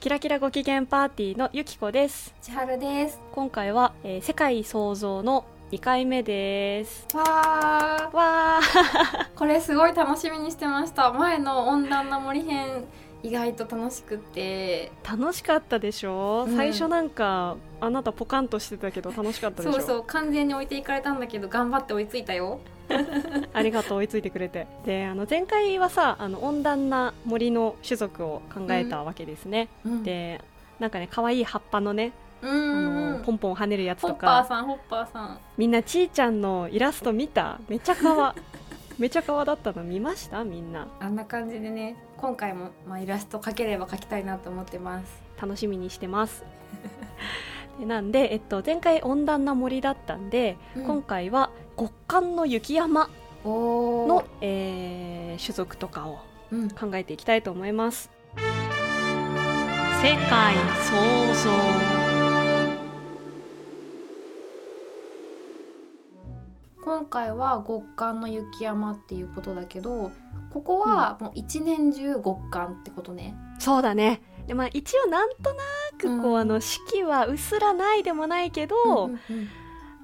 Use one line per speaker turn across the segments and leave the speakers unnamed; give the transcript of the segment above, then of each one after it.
キラキラご機嫌パーティーのゆきこです
千春です。
今回は、えー世界創造の2回目です
わ
わ
ー、これすごい楽しみにしてました。前の温暖な森編、意外と楽しくて。
ー楽しかったでしょ、
うん
最初なんかあなたポカンとしてたけど楽しかったでしょ
そうそう、完全に置いていかれたんだけど、頑張って追いついたよ。
ありがとう追いついてくれてであの前回はさあの温暖な森の種族を考えたわけですね、
うん、
でなんかね可愛い葉っぱのね、
う
あ
ん、
のポンポン跳ねるやつ
ホ
と
ッパー
か
さん、ホッパーさん。
みんなちーちゃんのイラスト見ためちゃかわ めちゃかわだったの見ましたみんな
あんな感じでね、今回も、まあ、イラスト描ければ描きたいなと思ってます。
楽しみにしてます でなんで、えっと、前回温暖な森だったんで、今回は極寒の雪山
おー
の、、えー種族とかを
うん、
考えていきたいと思います世界創造
今回は極寒の雪山っていうことだけど、ここはもう一年中極寒ってことね。
そうだねでまあ一応なんとなくこう、
うん
あの四季はうすらないでもないけど、
んんん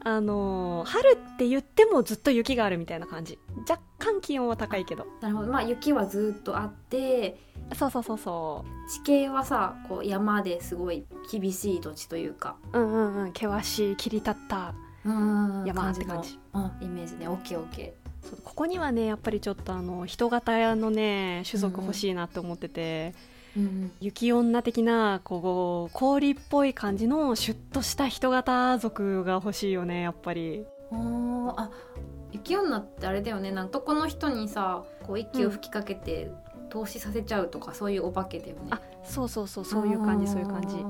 あのー春って言ってもずっと雪があるみたいな感じ若干気温は高いけど
なるほどまあ雪はずっとあって
そうそうそうそ
地形はさこう山ですごい厳しい土地というか
ううんうんうん険しい切り立った
うん
山って感じ
のうんイメージねオッケーオッケ
そうここにはねやっぱりちょっとあの人型のね種族欲しいなって思ってて、
ー、うん
雪女的なこう氷っぽい感じのシュッとした人型族が欲しいよねやっぱり
うん、おーあ雪女ってあれだよねなんとこの人にさこう息を吹きかけて投資させちゃうとかそういうお化けだよね
あそうそうそうそういう感じそういう感じ
じ
や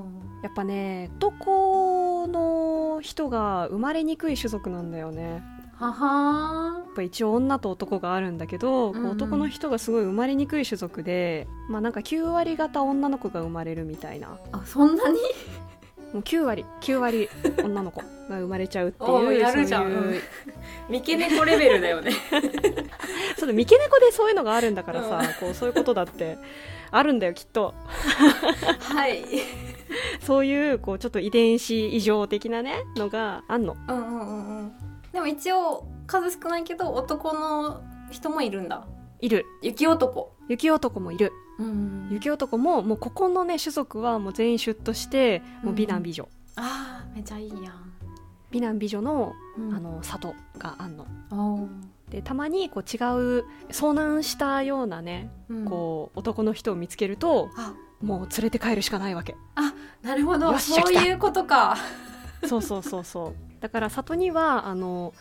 っぱね男の人が生まれにくい種族なんだよね
はは
やっぱ一応女と男があるんだけど、こう
うんうん
男の人がすごい生まれにくい種族でまあなんか9割方女の子が生まれるみたいな
ーあそんなに
もう9割9割女の子が生まれちゃうって
お
いう
ーやるじゃん
そういう
三毛猫レベルだよね
そうだ三毛猫でそういうのがあるんだからさ、こうそういうことだってあるんだよきっと
はい
そういうこうちょっと遺伝子異常的なねのがあんの
うんうんうんうんでも一応数少ないけど男の人もいるんだ
いる
雪男
雪男もいる
うん
雪男ももうここのね種族はもう全員シュッとしてもう美男美女、
あーめちゃいいやん、
美男美女の
うん、
あの里があんの
おー、
でたまにこう違う遭難したようなね、
うん
こう男の人を見つけると
あ
もう連れて帰るしかないわけ
なるほ
よ
ど
っしゃ
そういうことか
そうそうそうそう だから里にはあの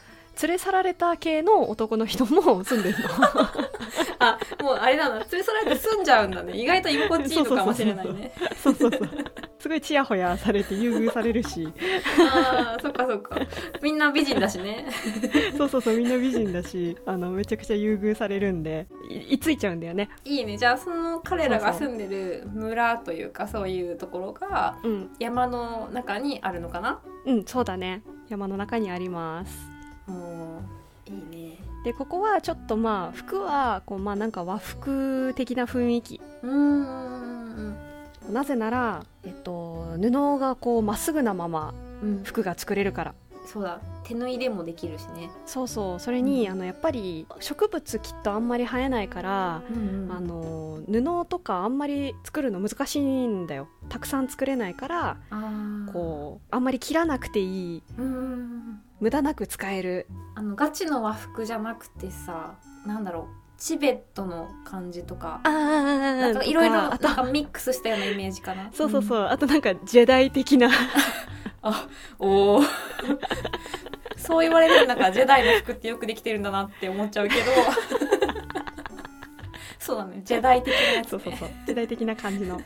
連れ去られた系の男の人も住んでるの
あもうあれだな連れ去られて住んじゃうんだ ね意外と居心地いいのかもしれないね
そうそうそうすごいちやほやされて優遇される し
あーそっかそっかみんな美人だしね
そうそうそうみんな美人だしあのめちゃくちゃ優遇されるんでいいついちゃうんだよね
いいねじゃあその彼らが
そう
住んでる村というかそういうところが
うん
山の中にあるのかな
うんそうだね山の中にあります
もういいね
でここはちょっとまあ服はこうまあなんか和服的な雰囲気
うーん
なぜなら、えっと、布がこうまっすぐなまま
うん
服が作れるから
そうだ手縫いでもできるしね、
そうそうそれに、
うん
あのやっぱり植物きっとあんまり生えないから、
うん
あの布とかあんまり作るの難しいんだよたくさん作れないから
あー
こうあんまり切らなくていい
うんうんうん
無駄なく使える
あのガチの和服じゃなくてさなんだろうチベットの感じとか
あ
なんか
あ
いろいろな
あ
ん
と
かミックスしたようなイメージかな
そうそうそう、
うん
あとなんかジェダイ的な
おお そう言われるとなんかジェダイの服ってよくできてるんだなって思っちゃうけど そうだねジェダイ的なやつ、ね、
そうそうそうジェダイ的な感じの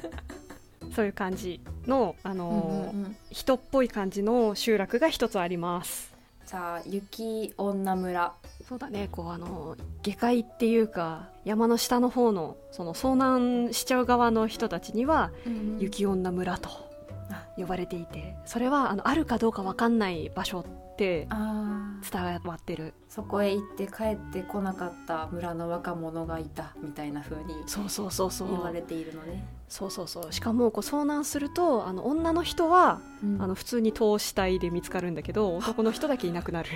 そういう感じのあの、
うんうんうん
人っぽい感じの集落が一つあります
じゃあ雪女村
そうだねこうあの下界っていうか山の下の方のその遭難しちゃう側の人たちには雪女村と呼ばれていてそれはあのあるかどうかわかんない場所って
あー
伝わってる
そこへ行って帰ってこなかった村の若者がいたみたいな風に
そうそうそうそう
言われているのね。
そうそうそうしかもこう遭難するとあの女の人はあの普通に投死体で見つかるんだけ ど男の人だけいなくなる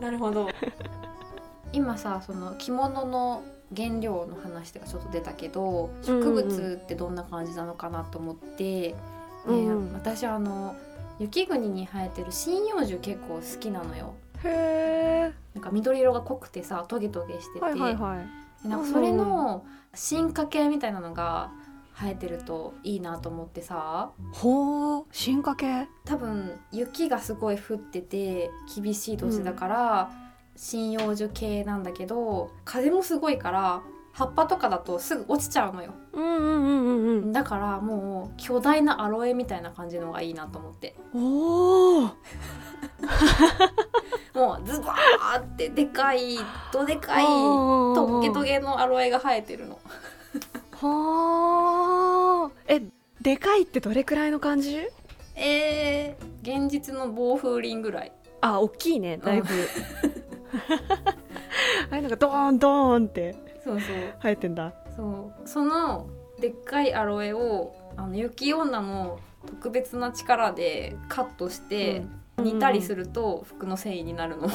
なるほど今さその着物の原料の話とかちょっと出たけど
うんう
植
んうん
物ってどんな感じなのかなと思って、
うんう
ね
ん
私あの雪国に生えてる針葉樹結構好きなのよ。
へ
なんか緑色が濃くてさトゲトゲしてて、
えはいはいはい
なんかそれの進化系みたいなのが生えてるといいなと思ってさ
ほう進化系
多分雪がすごい降ってて厳しい年だから、針葉樹系なんだけど風もすごいから葉っぱとかだとすぐ落ちちゃうのよ
うんうんうんうん
だからもう巨大なアロエみたいな感じのがいいなと思って
うんおお
もうズバーってでかいどでかいト
と
ッゲトゲのアロエが生えてるの
はあえでかいってどれくらいの感じ
えー、現実の暴風林ぐらい
あ大きいねだいぶ あれなんかドーンドーンって
そうそう
生えてんだ
そうそのでっかいアロエをあの雪女の特別な力でカットして、煮たりす
る、
ると服の繊維になるの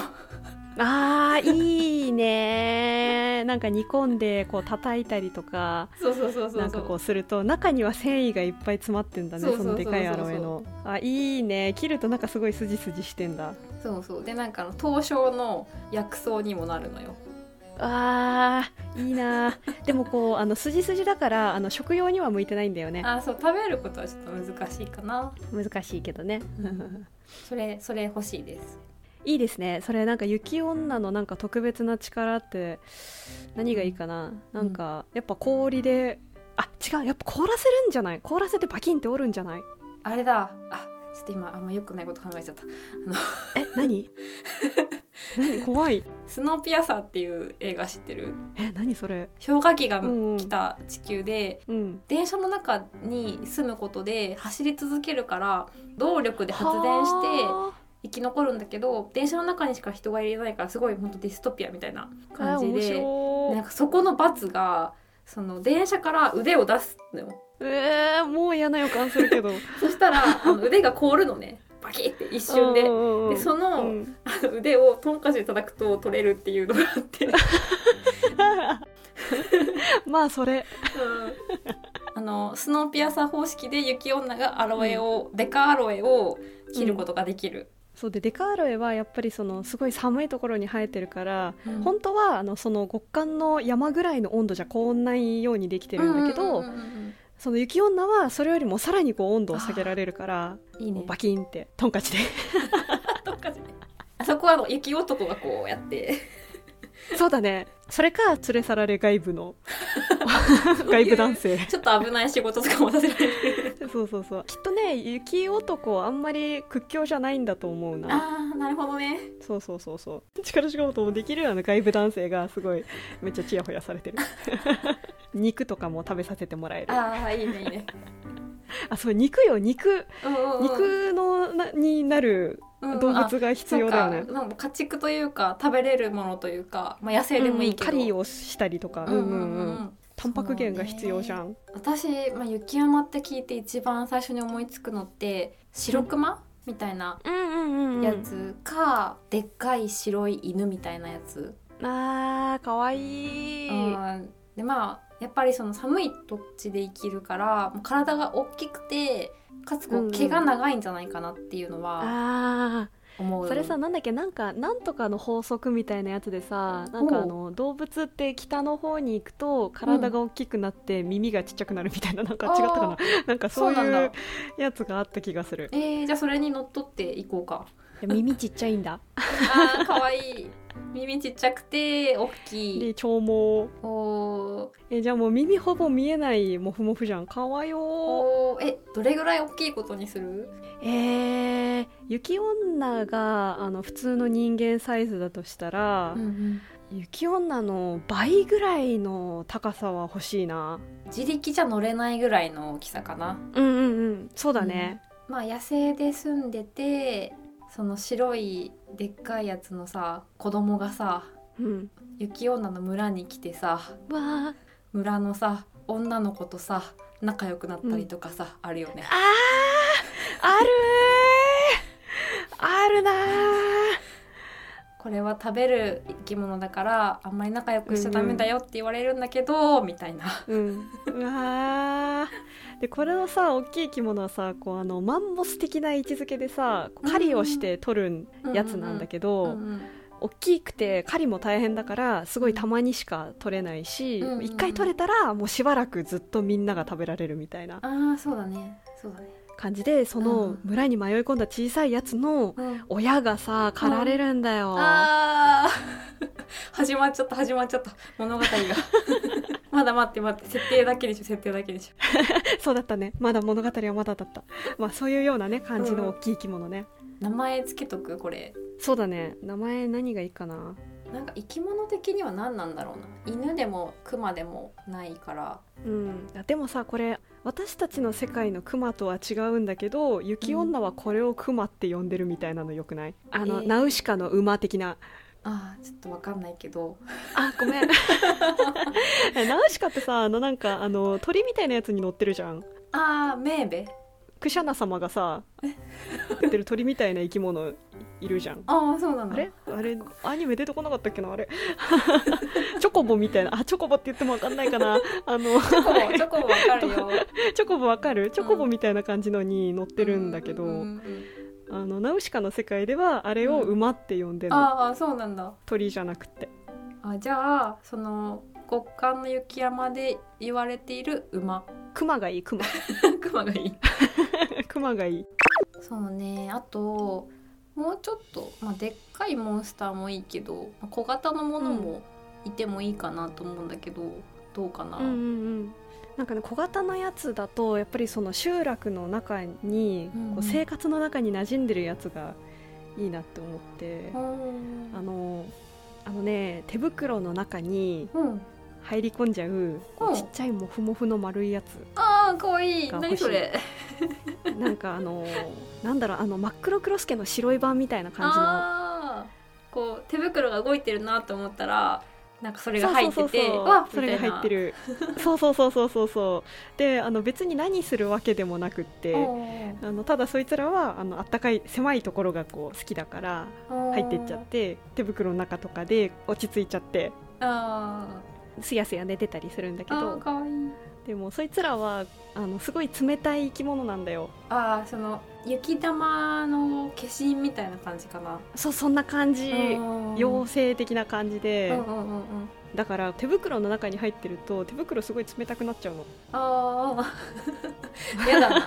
あーいいね なんか煮込んでこう叩いたりとか
そうそうそうそう
なんかこうすると中には繊維がいっぱい詰まってんだね
そうそ
そうの
そうそう
でかいアロエのあいいね切るとなんかすごいスジスジしてんだ
そうそうでなんかあの凍傷の薬草にもなるのよ
あーいいなでもこうあのスジスジだからあの食用には向いてないんだよね
あそう食べることはちょっと難しいか な
難しいけどね
それそれ欲しいです
いいですねそれなんか雪女のなんか特別な力って何がいいかな、なんかやっぱ氷であ違うやっぱ凍らせるんじゃない凍らせてバキンって折るんじゃない
あれだあちょっと今あんま良くないこと考えちゃった
え何 何怖い
スノーピアサーっていう映画知ってる
え何それ
氷河期が
うんうん
来た地球で、
うん
電車の中に住むことで走り続けるから動力で発電して
は
生き残るんだけど電車の中にしか人がいれないからすごい本当ディストピアみたいな
ー
感じ
えー
で
面白
なん
い
かそこの罰がその電車から腕を出すのよ
えー、もう嫌な予感する けど
そしたらあの腕が凍るのねバキって一瞬で。で
で
その,、
うん、
あの腕をトンカチで叩くと取れるっていうのがあって、うん、
まあそれ
あのスノーピアサー方式で雪女がアロエを、デカアロエを切ることができる、
そうでデカーロエはやっぱりそのすごい寒いところに生えてるから
うん
本当はあのその極寒の山ぐらいの温度じゃ凍んないようにできてるんだけど、
うんうんうんうん
その雪女はそれよりもさらにこう温度を下げられるから
いいね
もうバキンってトンカチで
どっかじゃないあそこはあの雪男がこうやって
そうだねそれか連れ去られ外部 の外部男性
ちょっと危ない仕事とかもさせられ る
そうそうそうきっとね雪男はあんまり屈強じゃないんだと思うな
あーなるほどね
そうそうそうそう力仕事もできるような外部男性がすごいめっちゃチヤホヤされ てる肉とかも食べさせてもらえるあ
ああいいねいいね
そう肉よ肉
うんうんうん
肉のなになる
うんうん
動
あ
物が必要だよね、
そうかなんか家畜というか食べれるものというか、まあ、野生でもいいけど、
狩りをしたりとか、
うんうんうん
タンパク源が必要じゃん、
私、まあ、雪山って聞いて一番最初に思いつくのって白熊、みたいな
うんうんう
やつか、でっかい白い犬みたいなやつ、
あーかわいい
うんでまあやっぱりその寒い土地で生きるからもう体が大きくてかつこ
うんう
うん毛が長いんじゃないかなっていうのは
あ
思う、
ーそれさなんだっけなんかなんとかの法則みたいなやつでさなんかあの動物って北の方に行くと体が大きくなって耳がちっちゃくなるみたいななんか
あー
違ったかななんか
そ
そうう
なん
いう
だ
やつがあった気がする
えー、じゃあそれにのっとっていこうか
耳ちっちゃいんだ
あ ーかわいい耳ちっちゃくて大きい
で長毛
おー
えじゃあもう耳ほぼ見えないモフモフじゃんかわいよー
おーえどれぐらい大きいことにする
えー、雪女があの普通の人間サイズだとしたら、
うん
雪女の倍ぐらいの高さは欲しいな
自力じゃ乗れないぐらいの大きさかな
うんうんうんそうだね、
まあ野生で住んでてその白いでっかいやつのさ子供がさ
うん
雪女の村に来てさ
わあ
村のさ女の子とさ仲良くなったりとかさ、あるよね
あーあるーあるなー
これは食べる生き物だからあんまり仲良くしちゃダメだよって言われるんだけど、みたいな
うんうわーでこれのさ大きい着物はさこうあのマンモス的な位置づけでさこう狩りをして取る やつなんだけど、
うんうん
大きくて狩りも大変だからすごいたまにしか取れないし一、
うんうんうん
回取れたらもうしばらくずっとみんなが食べられるみたいな
ああそうだねそうだね、
感じでそうの
ん
村に迷い込んだ小さいやつの
うん、
親がさ狩られるんだよ、
あー 始まっちゃった始まっちゃった 物語がまだ待って待って設定だけにしょ設定だけにしょ
そうだったねまだ物語はまだだったまあそういうようなね感じの大きい生き物ね、
名前つけとくこれ
そうだね名前何がいいかな
なんか生き物的には何なんだろうな犬でも熊でもないから
うんあでもさこれ私たちの世界のクマとは違うんだけど雪女はこれをクマって呼んでるみたいなのよくない、あの、
えー
ナウシカの馬的な
ああちょっとわかんないけど
あご めんナウシカってさあのなんかあの鳥みたいなやつに乗ってるじゃん
ああメーベ
クシャナ様がさ出てる鳥みたいな生き物いるじゃん
ああそうなんだ
あれあれアニメ出てこなかったっけなあれ チョコボみたいなあチョコボって言っても分かんないかなあの
チョコボチョコボわか るよ
チョコボわかるチョコボみたいな感じのに乗ってるんだけど、
ううんうん
あのナウシカの世界ではあれを馬って呼んでるの、
ああそうなんだ
鳥じゃなくて
あじゃあその極寒の雪山で言われている馬
クマがいい クマ
熊がいい
クマがいい
そうねあともうちょっと、まあ、でっかいモンスターもいいけどまあ小型のものもいてもいいかなと思うんだけど、どうかな、
うんうんうんなんかね小型のやつだとやっぱりその集落の中に、
うんうん
こう生活の中に馴染んでるやつがいいなって思って、
うん
あのあのね手袋の中に
うん、
入り込んじゃうこう
うん
ちっちゃいモフモフの丸いや
ああかわいい
が
何
欲しい
それ
つなんかあ のなんだろうあの真っ黒クロスケの白い版みたいな感じの
あーこう手袋が動いてるなと思ったらなんかそれが入ってて
そう
わっ
それが入って
る
るそうそうそうそうそうそうであの別に何するわけでもなくってあのただそいつらはあのあったかい狭いところがこう好きだから入ってっちゃって手袋の中とかで落ち着いちゃって
あ
すやすや寝てたりするんだ
ー
け
あー
ど
かわいい
でもそいつらはあのすごい冷たい生き物なんだよ
あーその雪玉の化身みたいな感じかな
そうそんな感じ
妖
妖精的な感じ
うん
で
うんうんうん
だから手袋の中に入ってると手袋すごい冷たくなっち ゃうの
ああやだな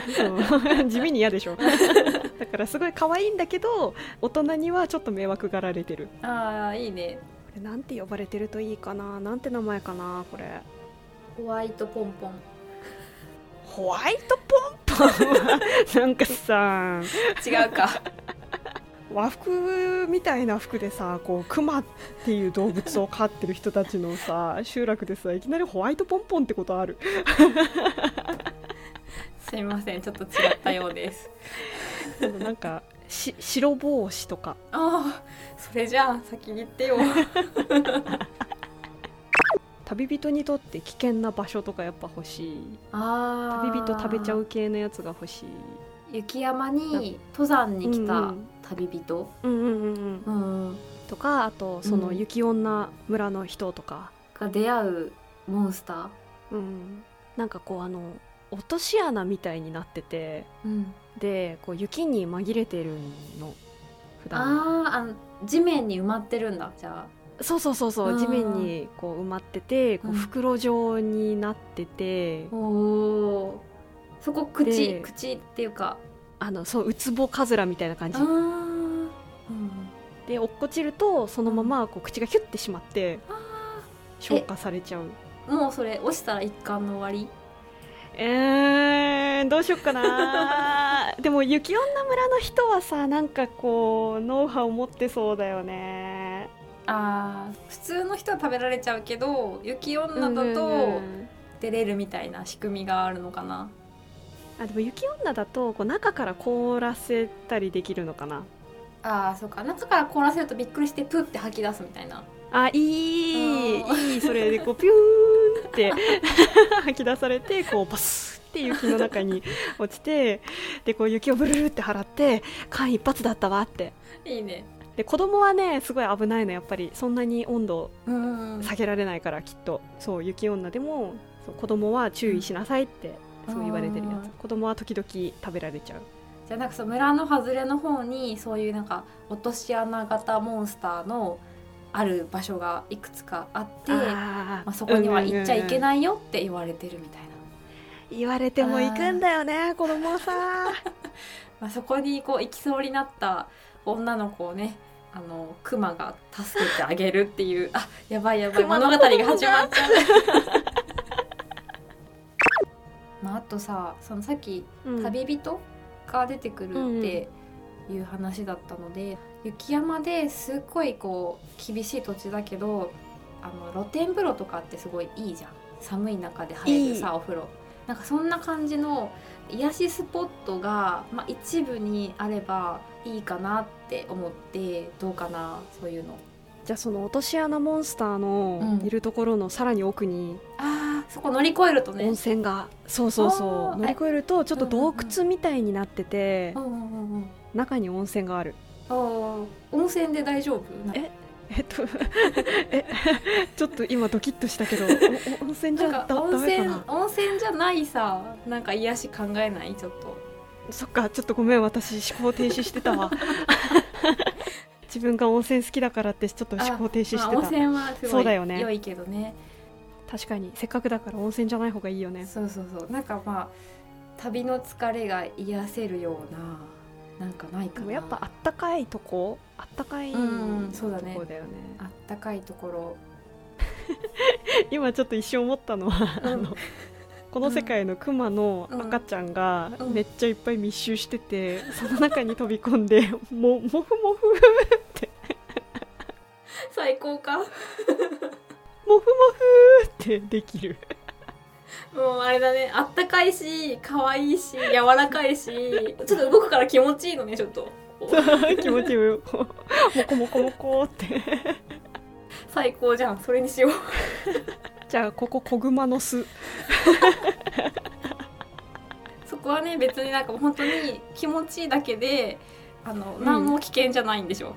そう地味に嫌でしょ だからすごい可愛いんだけど大人にはちょっと迷惑がられてる
あーいいね
これなんて呼ばれてるといいかななんて名前かなこれ
ホワイトポンポン
ホワイトポンポンは なんかさ
違うか
和服みたいな服でさこうクマっていう動物を飼ってる人たちのさ集落でさいきなりホワイトポンポンってことある
すいませんちょっと違ったようです
でもなんかし白帽子とか
ああそれじゃあ先に行ってよ
旅人にとって危険な場所とかやっぱ欲しい
あ
旅人食べちゃ
う
う系のやつが欲しい
雪山に登山に来
う
た
ん
旅人、
うんうんうんうん
うん
とかあとその
うん
雪女村の人とか、
が出会うモンスタ
うん、なんかこうあの落とし穴みたいになってて
ー、うん、
でこう雪に紛れてるの普段
あーあの地面に埋まってるんだじゃ
そうそうそうそううん地面にこう埋まっててこ
う
うん袋状になってて、
あおーそこ口
で
口っていうか
あのそうウツボカズラみたいな感じ
あー、うん、
で落っこちるとそのままこう口がキュッてしまって
あ
消化されちゃう
ーもうそれ落ちたら一巻の終わ
えー、どうしよっかな でも雪女村の人はさなんかこうノウハウ持ってそうだよね
りあー普通の人は食べられちゃうけど雪女だ
うんうんう
と
ん
出れるみたいな仕組みがあるのかな、
あでも雪女だとこう中から凍らせたりできるのかな
ああそうか中から凍らせるとびっくりしてプーって吐き出すみたいな
あいい
うん
いいそれでこうピューンって 吐き出されてこうバスって雪の中 に落ちてでこう雪をブルルルって払って間一髪だったわって
いいね
で子供はねすごい危ないのやっぱりそんなに温度
うん
下げられないからきっとそう雪女でもそう子供は注意しなさいってそう言われてるや
うん
つ子供は時々食べられちゃう
じゃあなんかそう村の外れの方にそういうなんか落とし穴型モンスターのある場所がいくつかあって
あー
まあ、そこには行っちゃ
うん
いけ
うんうん
ないよって言われてるみたいな、
言われても行くんだよね子供はさ
まあ、そこにこう行きそうになった女の子をねあのクマが助けてあげるっていうあやばいやばい
熊
物
の
語が始まっちゃう。 まあ、あとさそのさっき
うん
旅人が出てくるっていう話だったので、雪山ですっごいこう厳しい土地だけどあの露天風呂とかってすごいいいじゃん寒い中で入る
い
さお風呂なんかそんな感じの癒しスポットが、まあ、一部にあればいいかなって思ってどうかなそういうの
じゃあその落とし穴モンスターの
うん
いるところのさらに奥に
あーそこ乗り越えるとね
温泉が、そうそうそ
あー
う乗り越えるとちょっと洞窟みたいになってて、
うんうんうんうん
中に温泉がある
あー温泉で大丈夫
ええっとえちょっと今ドキッとした けどおお温泉じ
な
ゃ
ん
だ
か
ダ
温
メ
泉
かな
温泉じゃないさなんか癒し考えないちょっと
そっかちょっとごめん私思考停止してた わ自分が温泉好きだからってちょっと思考停止して
ま
た、
あ温泉はす
そ
ご
うだ
い、
よね
良いけどね
確かにせっかくだから温泉じゃない方がいいよね
そうそうそうなんかまあ旅の疲れが癒せるようななんかない
で
か
も
な
やっぱあったかいとこあったかいと
うんそうだね
こだよね
あったかいところ
今ちょっと一瞬思ったのは、
うん
あのこの世界のクマの赤ちゃんが
うん
めっちゃいっぱい密集してて、その中に飛び込んでももふもふ
最高かも
もふもふってでき る
うあれだねあったかいし可愛いし柔らかいしちょっと動くから気持ちいいのねちょっと
気持ちよいこうもこもこもこって
最高じゃんそれにしよう
じゃあここ子グマの巣
そこはね別になんか本当に気持ちいいだけであの
うん
何も危険じゃないんでしょ、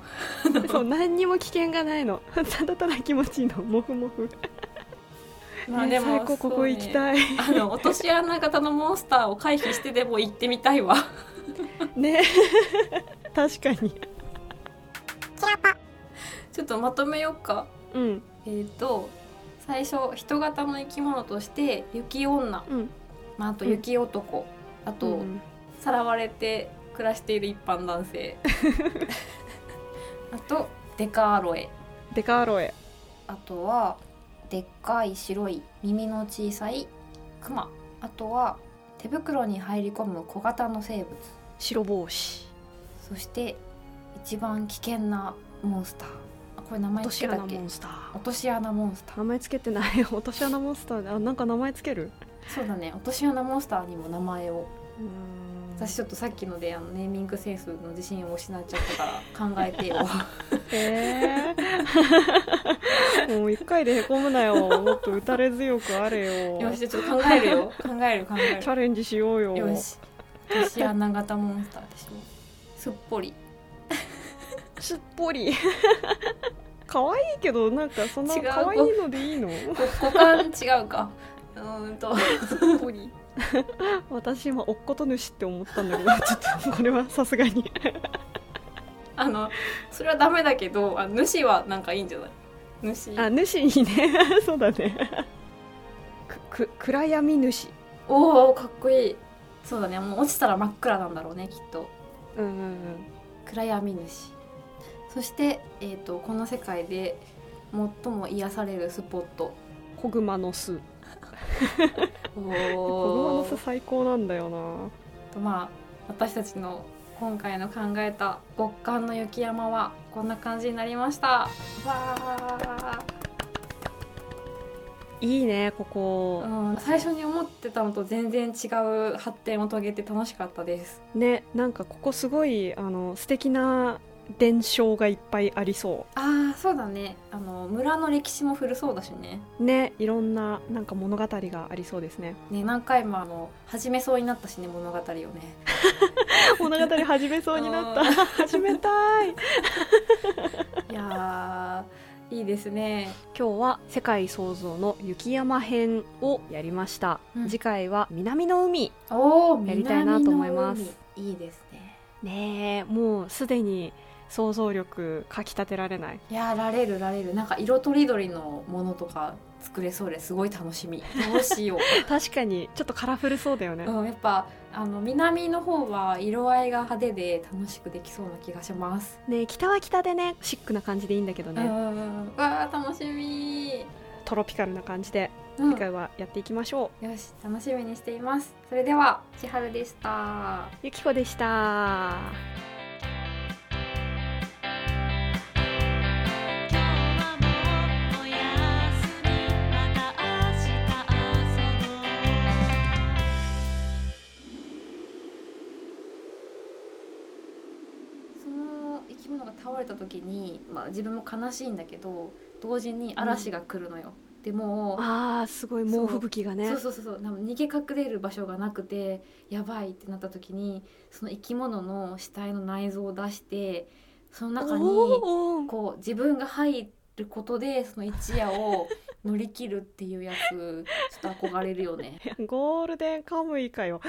そう何にも危険がないのただただ気持ちいいのもふもふ、
まあ
ね
でも
最高ここ行き たい
あの落とし穴型のモンスターを回避してでも行ってみたいわ。
ね確かに
ちょっとまとめようか。
うん
えっ、と最初人型の生き物として雪女、
うん
まあ、あと雪男、あと、
うん
さらわれて暮らしている一般 男性あとデカアロエ
デカーロエ
あとはでっかい白い耳の小さいクマあとは手袋に入り込む小型の生物
白帽子
そして一番危険なモンスターあこれ名
落
前
と
つ
し
けた
穴
っけ
モン
落
スター
とし穴モンスター
名前つけてない 落とし穴モンスターであなんか名前つける
そうだね落とし穴モンスターにも名前を
うん
私ちょっとさっきのであのネーミングセンスの自信を失っちゃったから考えて よ
えーもう一回でへこむなよもっと打たれ強くあれよ
よし
チ
じゃあちょっと考えるよ 考える考え
ャレンジしようよ
るよし落とし穴型モンスターでしょすっぽ り
すっぽり 可愛いけどなんかそんな
違う
可愛いのでいい の
こ股間違うかうーんと
すっぽり私今おっこと主って思ったんだけど ちょっとこれはさすがに
あのそれはダメだけどあ主はなんかいいんじゃない主
あ主にね そうだねくく暗闇主
おおかっこいいそうだねもう落ちたら真っ暗なんだろうねきっと
うんうんうん
暗闇主そして、えー、とこの世界で最も癒されるスポット
小熊の巣小
お
熊の
お
巣最高なんだよな
まあ私たちの今回の考えた極寒の雪山はこんな感じになりましたわ
いいねこ
ー、
こ
うん、最初に思ってたのと全然違う発展を遂げて楽しかったです
ねなんかここすごいあの素敵な伝承がいっぱいありそ
あーそうだねあの村の歴史も古そうだしね
うねいろんななんか物語がありそうですね
ね何回もあの始めそうになったしね物語を ね
物語始めそうになった 始めたい
いやーいいですね
今日は「世界創造の雪山編」をやりました、
うん
次回は「南の海
おお
やりたいなと思います
いいですね」
ねえもうすでに想像力かきたてられ ない
いやーられるられるなんか色とりどりのものとか作れそうですごい楽しみどうしよう、
確かにちょっとカラフルそうだよね、
うん、やっぱあの南の方は色合いが派手で楽しくできそうな気がします、
ねえ北は北でねシックな感じでいいんだけど
う
ね、
んわー楽しみ
トロピカルな感じで
うん
次回はやっていきましょう、
よし楽しみにしていますそれでは千春でした
ゆきこでした。
今日はもうおやすみまた明日遊ぼう
その生き物が倒れた時に、まあ、自分も悲しいんだけど同時に嵐が来るのよ、でもう
ああ、すごい猛吹雪がね
そう。そうそうそうなんか逃げ隠れる場所がなくてやばいってなった時にその生き物の死体の内臓を出してその中に
おーおー
こう自分が入ることでその一夜を乗り切るっていうやつちょっと憧れる よね
ゴールデンカムイかよ。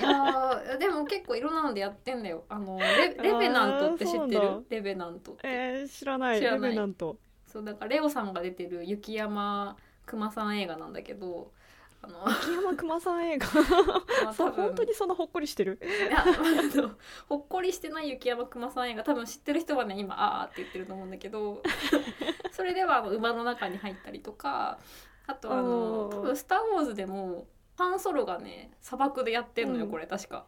いやーでも結構いろんなのでやってんだよあのレレベナントって知って
あーそうなん
るレベナントって
えー、知らない。
知ら
レ
ない
ベナント。
そうだからレオさんが出てる雪山熊さん映画なんだけどあの、ま
秋山熊さん映画。
あ、
そ
多
う、
分
本当にそんなほっこりしてる。
いやあのほっこりしてない雪山熊さん映画多分知ってる人はね今あーって言ってると思うんだ けどそれではあの馬の中に入ったりとかあとあの
おー
多分「スター・ウォーズ」でもハンソロがね砂漠でやってんのよ、
うん
これ確か。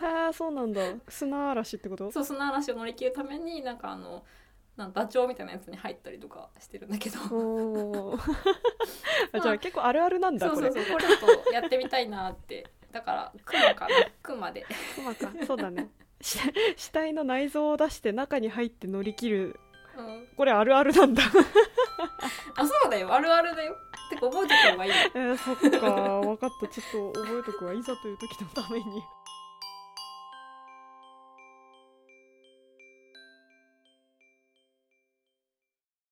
ああ、そうなんだ。砂嵐ってこと。
そう砂嵐を乗り切るためになんかあのなんかダチョウみたいなやつに入ったりとかしてるんだけど。
お ーあ、じゃあ、結構あるあるなんだ。
そう
こ
そ
れ
う。そうこれちょっとやってみたいなってだからクマかなクマで
熊か。そうだね。し 死体の内臓を出して中に入って乗り切る
うん
これあるあるなんだ
あそうだよあるあるだよってか覚えておけばいいよ
えー、そっか分かったちょっと覚えとくわいざという時のために